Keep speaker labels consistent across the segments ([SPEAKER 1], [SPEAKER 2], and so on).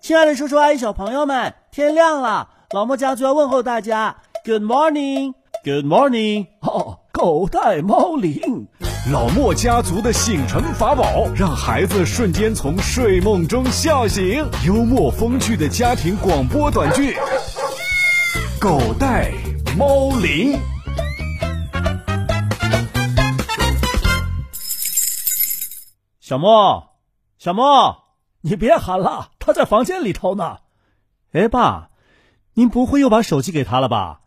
[SPEAKER 1] 亲爱的叔叔阿姨、小朋友们，天亮了，老莫家族要问候大家。Good morning，Good morning。
[SPEAKER 2] 哦，狗带猫铃。
[SPEAKER 3] 老莫家族的醒神法宝，让孩子瞬间从睡梦中笑醒。幽默风趣的家庭广播短剧，《狗带猫铃》。
[SPEAKER 1] 小莫，小莫，
[SPEAKER 2] 你别喊了，他在房间里头呢。
[SPEAKER 1] 哎，爸，您不会又把手机给他了吧？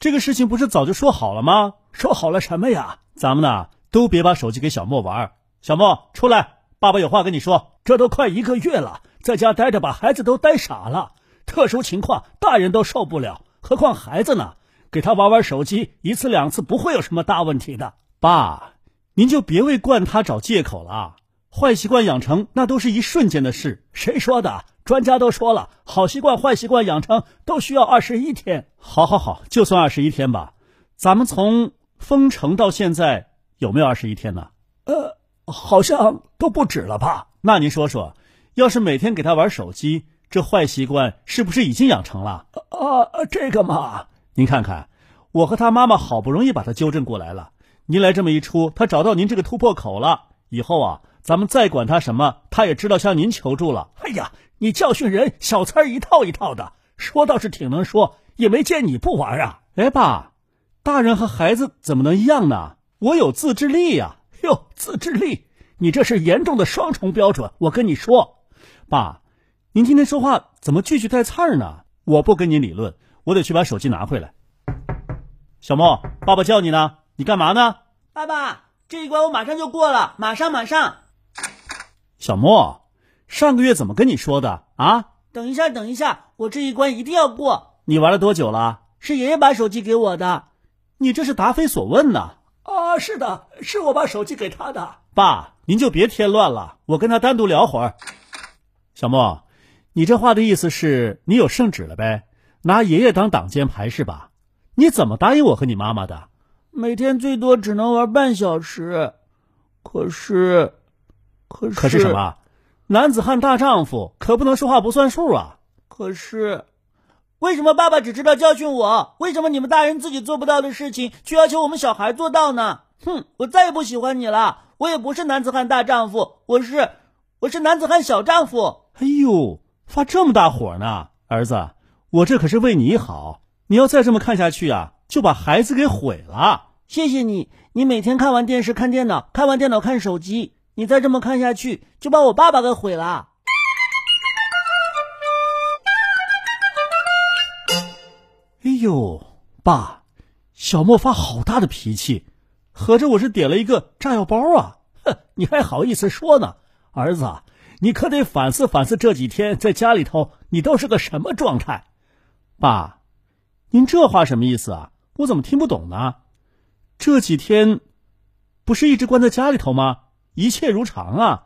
[SPEAKER 1] 这个事情不是早就说好了吗？
[SPEAKER 2] 说好了什么呀？
[SPEAKER 1] 咱们呢，都别把手机给小莫玩。小莫，出来，爸爸有话跟你说。
[SPEAKER 2] 这都快一个月了，在家待着把孩子都待傻了。特殊情况，大人都受不了，何况孩子呢？给他玩玩手机，一次两次不会有什么大问题的。
[SPEAKER 1] 爸，您就别为惯他找借口了。坏习惯养成，那都是一瞬间的事。
[SPEAKER 2] 谁说的？专家都说了，好习惯、坏习惯养成都需要二十一天。
[SPEAKER 1] 好，好，好，就算二十一天吧。咱们从封城到现在有没有二十一天呢？
[SPEAKER 2] 呃，好像都不止了吧？
[SPEAKER 1] 那您说说，要是每天给他玩手机，这坏习惯是不是已经养成了？
[SPEAKER 2] 啊、呃，这个嘛，
[SPEAKER 1] 您看看，我和他妈妈好不容易把他纠正过来了。您来这么一出，他找到您这个突破口了。以后啊。咱们再管他什么，他也知道向您求助了。
[SPEAKER 2] 哎呀，你教训人小三儿一套一套的，说倒是挺能说，也没见你不玩啊。
[SPEAKER 1] 哎，爸，大人和孩子怎么能一样呢？我有自制力呀、
[SPEAKER 2] 啊。哟，自制力，你这是严重的双重标准。我跟你说，
[SPEAKER 1] 爸，您今天说话怎么句句带刺儿呢？我不跟您理论，我得去把手机拿回来。小莫，爸爸叫你呢，你干嘛呢？
[SPEAKER 4] 爸爸，这一关我马上就过了，马上马上。
[SPEAKER 1] 小莫，上个月怎么跟你说的啊？
[SPEAKER 4] 等一下，等一下，我这一关一定要过。
[SPEAKER 1] 你玩了多久了？
[SPEAKER 4] 是爷爷把手机给我的。
[SPEAKER 1] 你这是答非所问呢。
[SPEAKER 2] 啊，是的，是我把手机给他的。
[SPEAKER 1] 爸，您就别添乱了，我跟他单独聊会儿。小莫，你这话的意思是你有圣旨了呗？拿爷爷当挡箭牌是吧？你怎么答应我和你妈妈的？
[SPEAKER 4] 每天最多只能玩半小时，可是。可是
[SPEAKER 1] 可是什么？男子汉大丈夫可不能说话不算数啊！
[SPEAKER 4] 可是，为什么爸爸只知道教训我？为什么你们大人自己做不到的事情，却要求我们小孩做到呢？哼！我再也不喜欢你了！我也不是男子汉大丈夫，我是我是男子汉小丈夫！
[SPEAKER 1] 哎呦，发这么大火呢，儿子！我这可是为你好，你要再这么看下去啊，就把孩子给毁了！
[SPEAKER 4] 谢谢你，你每天看完电视看电脑，看完电脑看手机。你再这么看下去，就把我爸爸给毁了。
[SPEAKER 1] 哎呦，爸，小莫发好大的脾气，合着我是点了一个炸药包啊！
[SPEAKER 2] 哼，你还好意思说呢？儿子，你可得反思反思，这几天在家里头你都是个什么状态？
[SPEAKER 1] 爸，您这话什么意思啊？我怎么听不懂呢？这几天不是一直关在家里头吗？一切如常啊，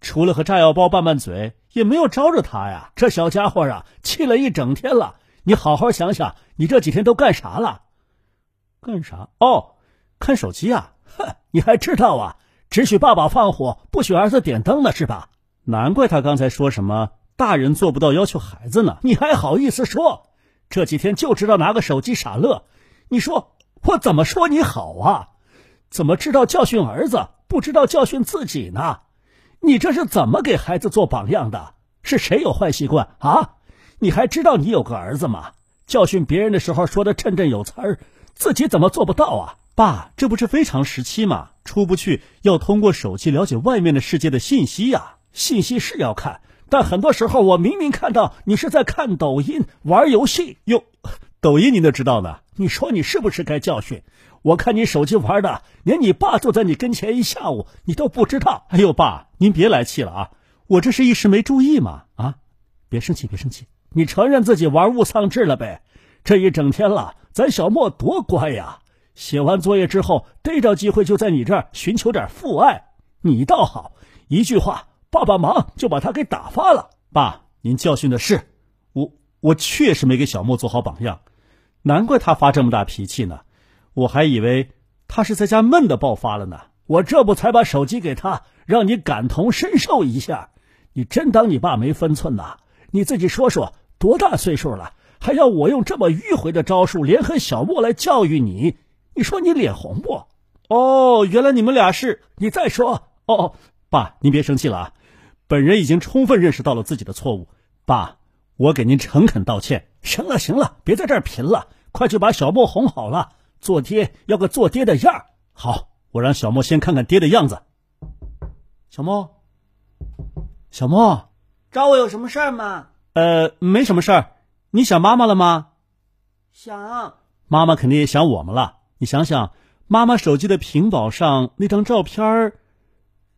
[SPEAKER 1] 除了和炸药包拌拌嘴，也没有招惹他呀。
[SPEAKER 2] 这小家伙啊，气了一整天了。你好好想想，你这几天都干啥了？
[SPEAKER 1] 干啥？哦，看手机啊！
[SPEAKER 2] 哼，你还知道啊？只许爸爸放火，不许儿子点灯呢，是吧？
[SPEAKER 1] 难怪他刚才说什么大人做不到要求孩子呢。
[SPEAKER 2] 你还好意思说？这几天就知道拿个手机傻乐。你说我怎么说你好啊？怎么知道教训儿子？不知道教训自己呢，你这是怎么给孩子做榜样的？是谁有坏习惯啊？你还知道你有个儿子吗？教训别人的时候说的振振有词儿，自己怎么做不到啊？
[SPEAKER 1] 爸，这不是非常时期吗？出不去要通过手机了解外面的世界的信息呀、啊。
[SPEAKER 2] 信息是要看，但很多时候我明明看到你是在看抖音、玩游戏。
[SPEAKER 1] 哟，抖音您都知道呢？
[SPEAKER 2] 你说你是不是该教训？我看你手机玩的，连你爸坐在你跟前一下午，你都不知道。
[SPEAKER 1] 哎呦，爸，您别来气了啊，我这是一时没注意嘛。啊，别生气，别生气，
[SPEAKER 2] 你承认自己玩物丧志了呗？这一整天了，咱小莫多乖呀！写完作业之后，逮着机会就在你这儿寻求点父爱。你倒好，一句话“爸爸忙”就把他给打发了。
[SPEAKER 1] 爸，您教训的是我，我确实没给小莫做好榜样，难怪他发这么大脾气呢。我还以为他是在家闷的爆发了呢，
[SPEAKER 2] 我这不才把手机给他，让你感同身受一下。你真当你爸没分寸呐、啊？你自己说说，多大岁数了，还要我用这么迂回的招数连横小莫来教育你？你说你脸红不？
[SPEAKER 1] 哦，原来你们俩是……
[SPEAKER 2] 你再说
[SPEAKER 1] 哦，爸，您别生气了啊，本人已经充分认识到了自己的错误，爸，我给您诚恳道歉。
[SPEAKER 2] 行了行了，别在这儿贫了，快去把小莫哄好了，做爹要个做爹的样儿。
[SPEAKER 1] 好，我让小莫先看看爹的样子。小莫，小莫，
[SPEAKER 4] 找我有什么事儿吗？
[SPEAKER 1] 呃，没什么事儿。你想妈妈了吗？
[SPEAKER 4] 想。
[SPEAKER 1] 妈妈肯定也想我们了。你想想，妈妈手机的屏保上那张照片儿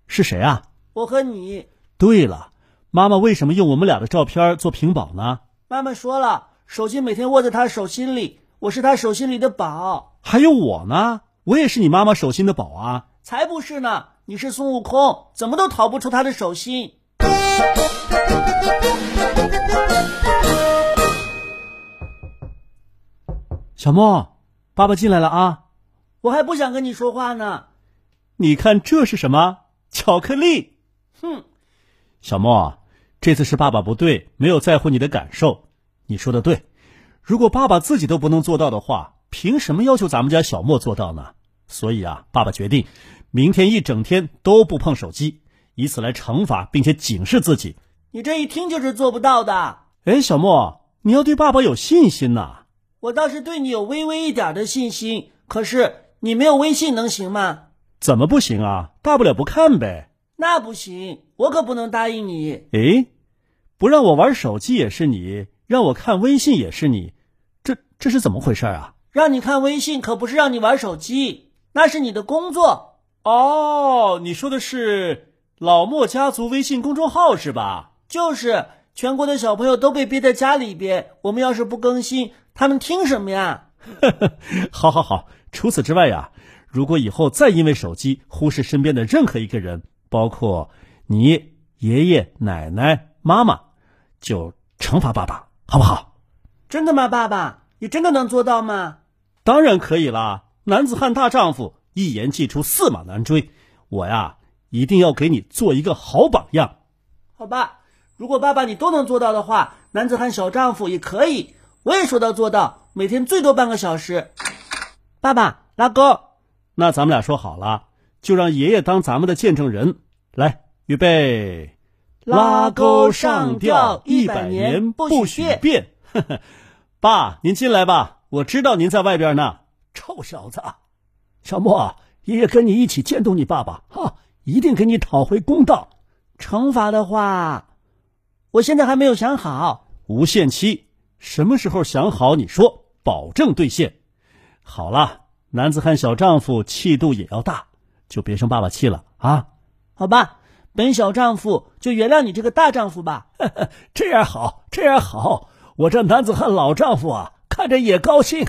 [SPEAKER 1] 是谁啊？
[SPEAKER 4] 我和你。
[SPEAKER 1] 对了，妈妈为什么用我们俩的照片做屏保呢？
[SPEAKER 4] 妈妈说了，手机每天握在她手心里，我是她手心里的宝。
[SPEAKER 1] 还有我呢，我也是你妈妈手心的宝啊。
[SPEAKER 4] 才不是呢。你是孙悟空，怎么都逃不出他的手心。
[SPEAKER 1] 小莫，爸爸进来了啊！
[SPEAKER 4] 我还不想跟你说话呢。
[SPEAKER 1] 你看这是什么？巧克力！
[SPEAKER 4] 哼，
[SPEAKER 1] 小莫，这次是爸爸不对，没有在乎你的感受。你说的对，如果爸爸自己都不能做到的话，凭什么要求咱们家小莫做到呢？所以啊，爸爸决定。明天一整天都不碰手机，以此来惩罚并且警示自己。
[SPEAKER 4] 你这一听就是做不到的。
[SPEAKER 1] 哎，小莫，你要对爸爸有信心呐、啊！
[SPEAKER 4] 我倒是对你有微微一点的信心，可是你没有微信能行吗？
[SPEAKER 1] 怎么不行啊？大不了不看呗。
[SPEAKER 4] 那不行，我可不能答应你。
[SPEAKER 1] 哎，不让我玩手机也是你，让我看微信也是你，这这是怎么回事啊？
[SPEAKER 4] 让你看微信可不是让你玩手机，那是你的工作。
[SPEAKER 1] 哦，你说的是老莫家族微信公众号是吧？
[SPEAKER 4] 就是全国的小朋友都被憋在家里边，我们要是不更新，他们听什么呀？
[SPEAKER 1] 好好好，除此之外呀、啊，如果以后再因为手机忽视身边的任何一个人，包括你爷爷奶奶、妈妈，就惩罚爸爸，好不好？
[SPEAKER 4] 真的吗，爸爸？你真的能做到吗？
[SPEAKER 1] 当然可以啦，男子汉大丈夫。一言既出，驷马难追。我呀，一定要给你做一个好榜样。
[SPEAKER 4] 好吧，如果爸爸你都能做到的话，男子汉小丈夫也可以。我也说到做到，每天最多半个小时。
[SPEAKER 1] 爸爸拉钩，那咱们俩说好了，就让爷爷当咱们的见证人。来，预备，
[SPEAKER 5] 拉钩上吊一百年不许变。
[SPEAKER 1] 爸，您进来吧，我知道您在外边呢。
[SPEAKER 2] 臭小子！啊小莫，啊爷爷跟你一起监督你爸爸哈，一定给你讨回公道。
[SPEAKER 4] 惩罚的话，我现在还没有想好。
[SPEAKER 1] 无限期，什么时候想好你说，保证兑现。好了，男子汉小丈夫气度也要大，就别生爸爸气了啊。
[SPEAKER 4] 好吧，本小丈夫就原谅你这个大丈夫吧。
[SPEAKER 2] 呵呵 这样好，这样好，我这男子汉老丈夫啊，看着也高兴。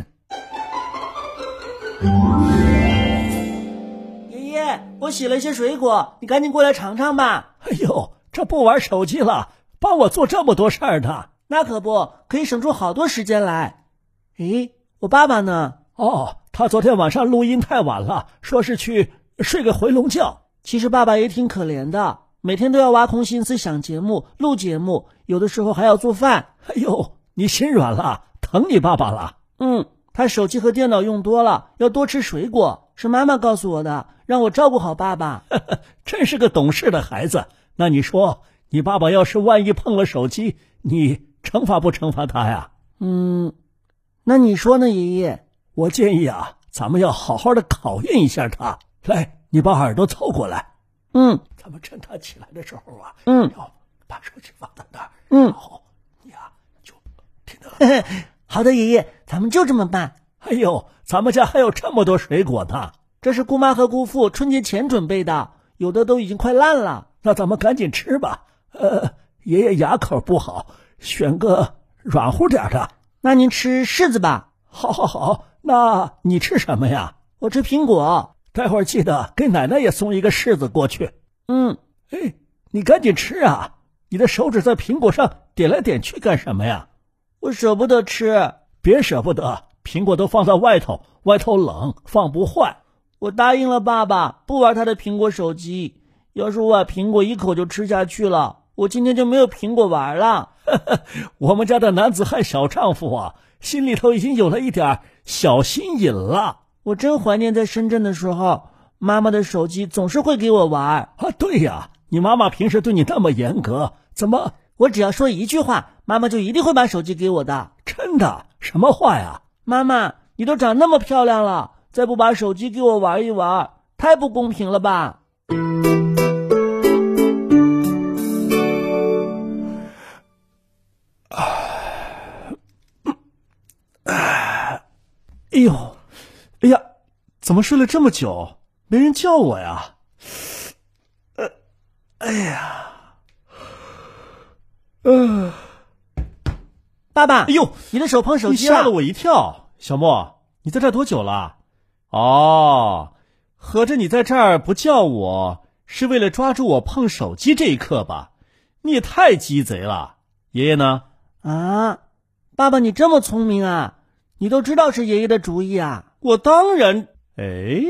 [SPEAKER 4] 我洗了一些水果，你赶紧过来尝尝吧。
[SPEAKER 2] 哎呦，这不玩手机了，帮我做这么多事儿呢？
[SPEAKER 4] 那可不可以省出好多时间来。诶，我爸爸呢？
[SPEAKER 2] 哦，他昨天晚上录音太晚了，说是去睡个回笼觉。
[SPEAKER 4] 其实爸爸也挺可怜的，每天都要挖空心思想节目、录节目，有的时候还要做饭。
[SPEAKER 2] 哎呦，你心软了，疼你爸爸了。
[SPEAKER 4] 嗯，他手机和电脑用多了，要多吃水果，是妈妈告诉我的。让我照顾好爸爸，
[SPEAKER 2] 真是个懂事的孩子。那你说，你爸爸要是万一碰了手机，你惩罚不惩罚他呀？
[SPEAKER 4] 嗯，那你说呢，爷爷？
[SPEAKER 2] 我建议啊，咱们要好好的考验一下他。来，你把耳朵凑过来。
[SPEAKER 4] 嗯，
[SPEAKER 2] 咱们趁他起来的时候啊，
[SPEAKER 4] 嗯，
[SPEAKER 2] 要把手机放在那儿。
[SPEAKER 4] 嗯，
[SPEAKER 2] 好，你啊就听到了。
[SPEAKER 4] 好的，爷爷，咱们就这么办。
[SPEAKER 2] 哎呦，咱们家还有这么多水果呢。
[SPEAKER 4] 这是姑妈和姑父春节前准备的，有的都已经快烂了。
[SPEAKER 2] 那咱们赶紧吃吧。呃，爷爷牙口不好，选个软乎点的。
[SPEAKER 4] 那您吃柿子吧。
[SPEAKER 2] 好，好，好。那你吃什么呀？
[SPEAKER 4] 我吃苹果。
[SPEAKER 2] 待会儿记得给奶奶也送一个柿子过去。
[SPEAKER 4] 嗯。
[SPEAKER 2] 哎，你赶紧吃啊！你的手指在苹果上点来点去干什么呀？
[SPEAKER 4] 我舍不得吃。
[SPEAKER 2] 别舍不得，苹果都放在外头，外头冷，放不坏。
[SPEAKER 4] 我答应了爸爸，不玩他的苹果手机。要是我把苹果一口就吃下去了，我今天就没有苹果玩了。
[SPEAKER 2] 我们家的男子汉小丈夫啊，心里头已经有了一点小心瘾了。
[SPEAKER 4] 我真怀念在深圳的时候，妈妈的手机总是会给我玩。
[SPEAKER 2] 啊，对呀、啊，你妈妈平时对你那么严格，怎么
[SPEAKER 4] 我只要说一句话，妈妈就一定会把手机给我的？
[SPEAKER 2] 真的？什么话呀？
[SPEAKER 4] 妈妈，你都长那么漂亮了，再不把手机给我玩一玩，太不公平了吧？
[SPEAKER 1] 哎呦，哎呀，怎么睡了这么久，没人叫我呀？呃，哎呀，
[SPEAKER 4] 呃，爸爸，
[SPEAKER 1] 哎呦，
[SPEAKER 4] 你的手碰手机
[SPEAKER 1] 了，吓了我一跳。小莫，你在这多久了？哦，合着你在这儿不叫我，是为了抓住我碰手机这一刻吧？你也太鸡贼了。爷爷呢？
[SPEAKER 4] 啊，爸爸，你这么聪明啊！你都知道是爷爷的主意啊！
[SPEAKER 1] 我当然，哎，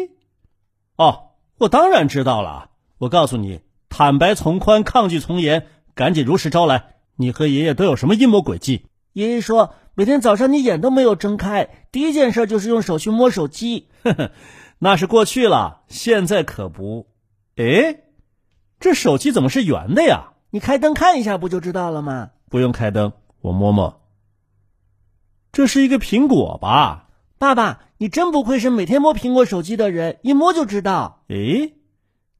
[SPEAKER 1] 哦，我当然知道了。我告诉你，坦白从宽，抗拒从严，赶紧如实招来。你和爷爷都有什么阴谋诡计？
[SPEAKER 4] 爷爷说，每天早上你眼都没有睁开，第一件事就是用手去摸手机。
[SPEAKER 1] 呵呵， 那是过去了，现在可不。哎，这手机怎么是圆的呀？
[SPEAKER 4] 你开灯看一下不就知道了吗？
[SPEAKER 1] 不用开灯，我摸摸。这是一个苹果吧，
[SPEAKER 4] 爸爸，你真不愧是每天摸苹果手机的人，一摸就知道。
[SPEAKER 1] 诶，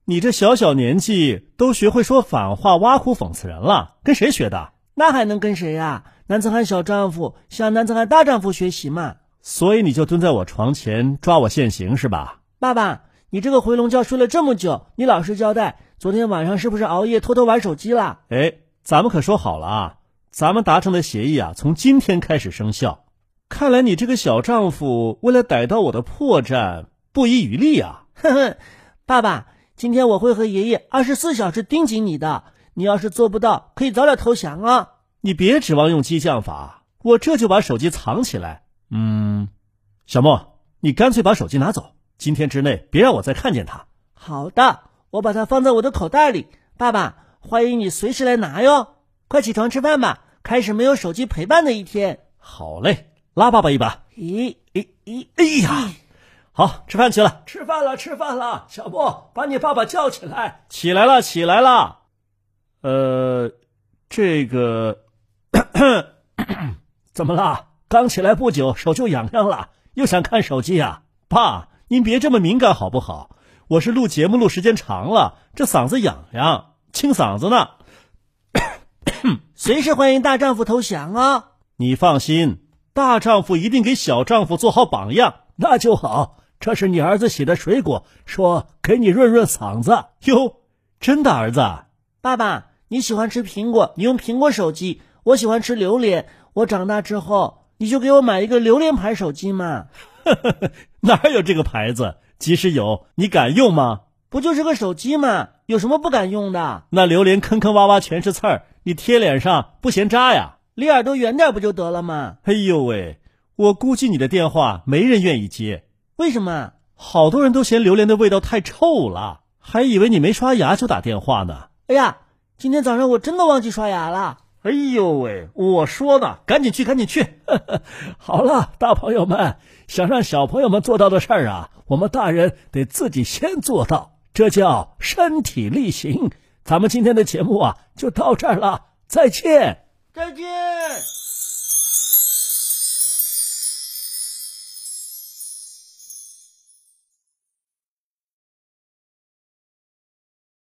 [SPEAKER 1] 你这小小年纪都学会说反话、挖苦、讽刺人了，跟谁学的？
[SPEAKER 4] 那还能跟谁呀、啊？男子汉小丈夫向男子汉大丈夫学习嘛。
[SPEAKER 1] 所以你就蹲在我床前抓我现行是吧？
[SPEAKER 4] 爸爸，你这个回笼觉睡了这么久，你老实交代，昨天晚上是不是熬夜偷偷玩手机了？
[SPEAKER 1] 诶，咱们可说好了啊，咱们达成的协议啊，从今天开始生效。看来你这个小丈夫为了逮到我的破绽不遗余力啊！
[SPEAKER 4] 哼哼， 爸爸，今天我会和爷爷二十四小时盯紧你的。你要是做不到，可以早点投降啊！
[SPEAKER 1] 你别指望用激将法，我这就把手机藏起来。嗯，小莫，你干脆把手机拿走，今天之内别让我再看见它。
[SPEAKER 4] 好的，我把它放在我的口袋里。爸爸，欢迎你随时来拿哟！快起床吃饭吧，开始没有手机陪伴的一天。
[SPEAKER 1] 好嘞。拉爸爸一把！
[SPEAKER 4] 咦咦咦！
[SPEAKER 1] 哎呀，好，吃饭去了。
[SPEAKER 2] 吃饭了，吃饭了！小莫，把你爸爸叫起来。
[SPEAKER 1] 起来了，起来了。呃，这个
[SPEAKER 2] 怎么啦？刚起来不久，手就痒痒了，又想看手机呀、
[SPEAKER 1] 啊？爸，您别这么敏感好不好？我是录节目录时间长了，这嗓子痒痒，清嗓子呢。
[SPEAKER 4] 随时欢迎大丈夫投降啊！
[SPEAKER 1] 你放心。大丈夫一定给小丈夫做好榜样，
[SPEAKER 2] 那就好。这是你儿子洗的水果，说给你润润嗓子。
[SPEAKER 1] 哟，真的，儿子。
[SPEAKER 4] 爸爸，你喜欢吃苹果，你用苹果手机；我喜欢吃榴莲，我长大之后你就给我买一个榴莲牌手机嘛。
[SPEAKER 1] 哪有这个牌子？即使有，你敢用吗？
[SPEAKER 4] 不就是个手机嘛，有什么不敢用的？
[SPEAKER 1] 那榴莲坑坑洼洼全是刺儿，你贴脸上不嫌扎呀？
[SPEAKER 4] 离耳朵远点不就得了吗？
[SPEAKER 1] 哎呦喂，我估计你的电话没人愿意接，
[SPEAKER 4] 为什么？
[SPEAKER 1] 好多人都嫌榴莲的味道太臭了，还以为你没刷牙就打电话呢。
[SPEAKER 4] 哎呀，今天早上我真的忘记刷牙了。
[SPEAKER 2] 哎呦喂，我说呢，
[SPEAKER 1] 赶紧去，赶紧去。
[SPEAKER 2] 好了，大朋友们，想让小朋友们做到的事儿啊，我们大人得自己先做到，这叫身体力行。咱们今天的节目啊，就到这儿了，再见。
[SPEAKER 4] 再见。